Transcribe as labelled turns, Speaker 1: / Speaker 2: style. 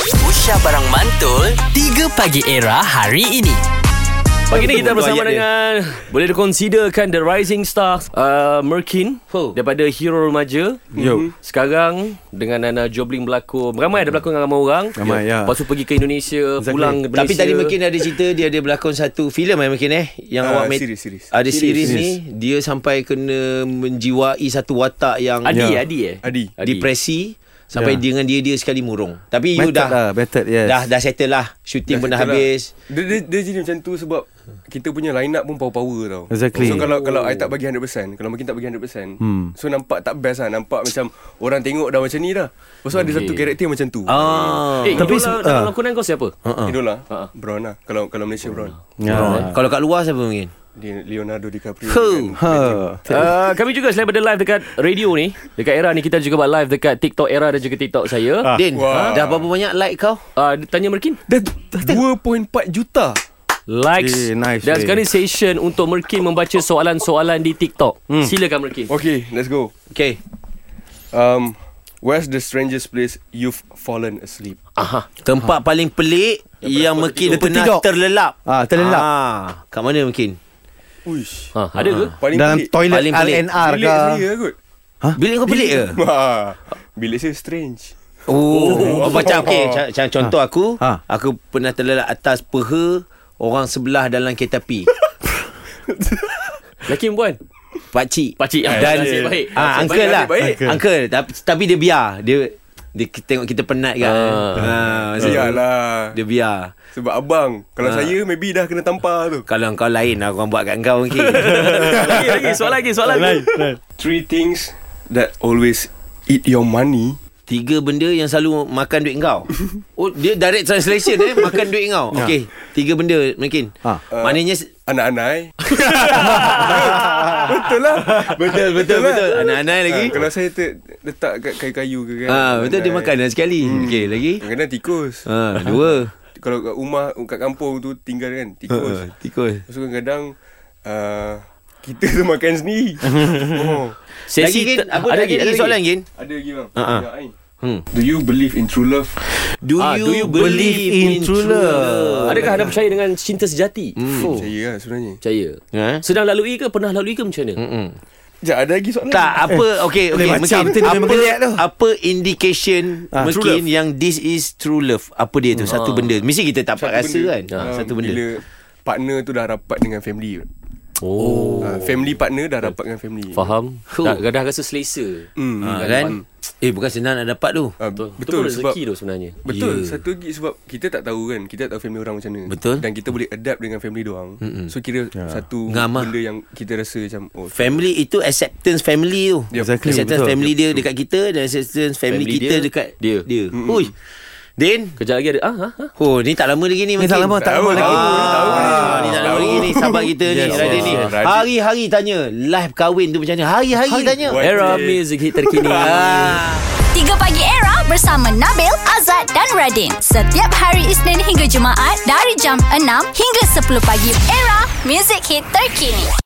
Speaker 1: Aisyah Barang Mantul 3 Pagi Era hari ini
Speaker 2: Pagi ni kita
Speaker 3: Untuk
Speaker 2: bersama
Speaker 3: ayat dia.
Speaker 2: dengan Boleh dikonsiderkan The Rising Star uh, Merkin
Speaker 1: Oh.
Speaker 2: Daripada Hero Remaja
Speaker 4: Ya.
Speaker 3: Mhm.
Speaker 2: Yo. Sekarang Dengan Nana Jobling berlakon Ramai ada berlakon dengan ramai orang
Speaker 3: Ramai, ya.
Speaker 2: Lepas tu pergi ke Indonesia
Speaker 3: Exactly.
Speaker 2: Pulang ke Malaysia
Speaker 5: Tapi tadi mungkin ada cerita dia ada berlakon satu filem eh mungkin eh yang
Speaker 3: Ah,
Speaker 5: awak made.
Speaker 3: series, series.
Speaker 5: Ada series,
Speaker 3: Series.
Speaker 5: ni dia sampai kena menjiwai satu watak yang
Speaker 2: Adi,
Speaker 3: Ya.
Speaker 2: Adi eh
Speaker 3: Adi.
Speaker 5: depresi sampai
Speaker 3: Ya.
Speaker 5: dengan dia dia sekali murung. Tapi you
Speaker 4: Method
Speaker 5: dah
Speaker 4: lah, method, yes.
Speaker 5: dah dah settle lah. Shooting pun dah
Speaker 3: Betul lah.
Speaker 5: habis.
Speaker 3: Dia, dia, dia jadi macam tu sebab kita punya line up pun power-power tau.
Speaker 4: Exactly.
Speaker 3: So kalau kalau I tak
Speaker 5: Oh.
Speaker 3: bagi 100%, kalau makin tak bagi 100%, hmm. so nampak tak best lah. Nampak macam orang tengok dah macam ni dah. Lepas tu okay. ada satu karakter macam tu.
Speaker 5: Ah.
Speaker 2: Eh,
Speaker 4: Tapi
Speaker 2: tapi
Speaker 4: se-
Speaker 2: idola,
Speaker 4: ah.
Speaker 2: dalam lakonan kau siapa?
Speaker 3: Uh. Idola. Uh. Brown lah. Kalau kalau Malaysia Brown.
Speaker 5: lah.
Speaker 4: Ya.
Speaker 5: Kalau kat luar siapa mungkin?
Speaker 3: Dia Leonardo DiCaprio. Kan?
Speaker 5: Huh.
Speaker 3: dengan-
Speaker 4: Ha.
Speaker 2: Uh, kami juga selain berada live dekat radio ni Dekat era ni kita juga buat live dekat TikTok era dan juga TikTok saya
Speaker 5: Din,
Speaker 3: Wah.
Speaker 5: dah berapa banyak like kau?
Speaker 2: uh, Tanya Merkin
Speaker 3: Dah 2.4 juta.
Speaker 2: Likes
Speaker 4: Eh, nice,
Speaker 2: Dan
Speaker 4: eh.
Speaker 2: sekarang ni session untuk Merkin membaca soalan-soalan di TikTok Silakan Merkin
Speaker 3: Okay, let's go.
Speaker 5: Okay.
Speaker 3: Um, where's the strangest place you've fallen asleep?
Speaker 2: Aha.
Speaker 5: Tempat paling pelik yang mungkin pernah
Speaker 4: Tertidur.
Speaker 5: terlelap.
Speaker 4: Ah, terlelap.
Speaker 5: Ah, kat mana mungkin?
Speaker 3: Uish.
Speaker 2: Ha, ada ke?
Speaker 3: Paling
Speaker 4: Dalam
Speaker 3: pelik.
Speaker 4: toilet lah,
Speaker 5: Paling pelik.
Speaker 4: LNR
Speaker 3: Bilik
Speaker 4: ke
Speaker 3: saya kot.
Speaker 5: Oh, Bilik kau pelik ke?
Speaker 3: Wah. Bilik saya strange.
Speaker 5: Oh, oh macam okey, macam, macam contoh aku,
Speaker 4: Ha.
Speaker 5: aku pernah terlelap atas peha orang sebelah dalam kereta api.
Speaker 2: Lelaki perempuan?
Speaker 5: Pak cik.
Speaker 2: Pakcik ah,
Speaker 5: Dan
Speaker 2: nasib baik.
Speaker 5: Ah,
Speaker 3: Nasib
Speaker 5: uncle
Speaker 3: baik,
Speaker 5: lah.
Speaker 3: nasib baik.
Speaker 5: Uncle. uncle. Tapi, tapi dia biar. Dia dia k- tengok kita penat kan.
Speaker 2: Ah.
Speaker 5: Ha, masa tu,
Speaker 3: lah. Iyalah.
Speaker 5: Dia biar.
Speaker 3: Sebab abang Kalau
Speaker 5: Ha.
Speaker 3: saya maybe dah kena tampar tu
Speaker 5: Kalau kau lain aku orang buat kat kau mungkin.
Speaker 2: lagi, lagi, soalan lagi, soalan lagi.
Speaker 3: Three things That always Eat your money
Speaker 5: Tiga benda yang selalu makan duit kau. Oh, dia direct translation eh, makan duit kau. Okey, tiga benda mungkin.
Speaker 4: Ha.
Speaker 5: Maknanya s-
Speaker 3: Anak-anak eh. Betul lah
Speaker 5: Betul, betul, betul. Anak-anak lagi.
Speaker 3: ha, Kalau saya ter- letak kat kayu-kayu ke kan
Speaker 5: Ah, betul dia makan eh? dah sekali. Okey, lagi.
Speaker 3: Kadang-kadang tikus
Speaker 5: Ha, dua.
Speaker 3: Kalau kat rumah Kat kampung tu tinggal kan
Speaker 5: Ha,
Speaker 3: Tikus
Speaker 5: Tikus.
Speaker 3: Lepas tu kadang-kadang uh, Kita tu makan sendiri oh.
Speaker 5: Lagi Gin, apa ada lagi, lagi soalan Gin?
Speaker 3: Ada lagi bang
Speaker 5: Ha, ha.
Speaker 3: Ya, Ain.
Speaker 5: Hmm.
Speaker 3: Do you believe in true love?
Speaker 5: Do,
Speaker 2: Ah,
Speaker 5: you, do you believe in true love?
Speaker 2: Adakah anda percaya dengan cinta sejati? Hmm. Oh,
Speaker 3: Saya lah sebenarnya
Speaker 2: percaya.
Speaker 5: Ha?
Speaker 2: Sedang lalui ke? Pernah lalui ke macam mana?
Speaker 3: Sekejap ada lagi soalan
Speaker 5: Tak, apa okey okey
Speaker 4: macam
Speaker 5: mungkin
Speaker 4: tu dia
Speaker 5: apa
Speaker 4: menggeliat tu.
Speaker 5: apa indication
Speaker 4: Ah, true
Speaker 5: mungkin yang this is true love. Apa dia tu? Satu benda. Mesti kita tak dapat rasa kan. Ha,
Speaker 3: um,
Speaker 5: satu benda.
Speaker 3: Bila partner tu dah rapat dengan family
Speaker 2: Oh.
Speaker 3: oh. Family partner dah rapat dengan family
Speaker 2: Faham?
Speaker 5: Oh.
Speaker 2: Dah, dah rasa selesa.
Speaker 3: hmm.
Speaker 5: Ha, kan? Eh bukan senang nak dapat tu.
Speaker 2: Betul.
Speaker 3: Ah, betul,
Speaker 2: Itu
Speaker 3: betul
Speaker 2: pun
Speaker 3: sebab
Speaker 2: rezeki tu sebenarnya.
Speaker 3: Betul
Speaker 5: Ya.
Speaker 3: yeah. Satu lagi sebab Kita tak tahu kan Kita tak tahu family orang macam mana
Speaker 5: Betul.
Speaker 3: Dan kita boleh adapt dengan family diorang mm So kira yeah. satu
Speaker 5: Ngamah.
Speaker 3: benda yang Kita rasa macam oh,
Speaker 5: Family itu acceptance family tu.
Speaker 3: Yup.
Speaker 4: Exactly,
Speaker 5: Acceptance
Speaker 4: betul.
Speaker 5: family dia dekat kita dan acceptance family,
Speaker 2: Family
Speaker 5: kita
Speaker 2: dia,
Speaker 5: dekat
Speaker 2: dia.
Speaker 5: dia. Hui. Din,
Speaker 2: Kejap lagi ada. Ah, ah, ah.
Speaker 5: Oh, ni tak lama lagi ni mungkin.
Speaker 4: tak lama, tak lama lagi.
Speaker 3: Tahu ni,
Speaker 5: Ah,
Speaker 3: tahu
Speaker 5: ni
Speaker 3: ni.
Speaker 5: tak lama
Speaker 3: Tahu.
Speaker 5: lagi ni sahabat kita ni,
Speaker 4: Yes,
Speaker 5: Radin
Speaker 3: yes.
Speaker 5: ni.
Speaker 3: Radin.
Speaker 5: Hari-hari tanya live kahwin tu macam mana? Hari-hari tanya.
Speaker 3: Wajib.
Speaker 2: Era music hit terkini.
Speaker 5: Ah.
Speaker 6: 3 Pagi Era bersama Nabil, Azad dan Radin. Setiap hari Isnin hingga Jumaat dari jam 6 hingga 10 pagi. Era, music hit terkini.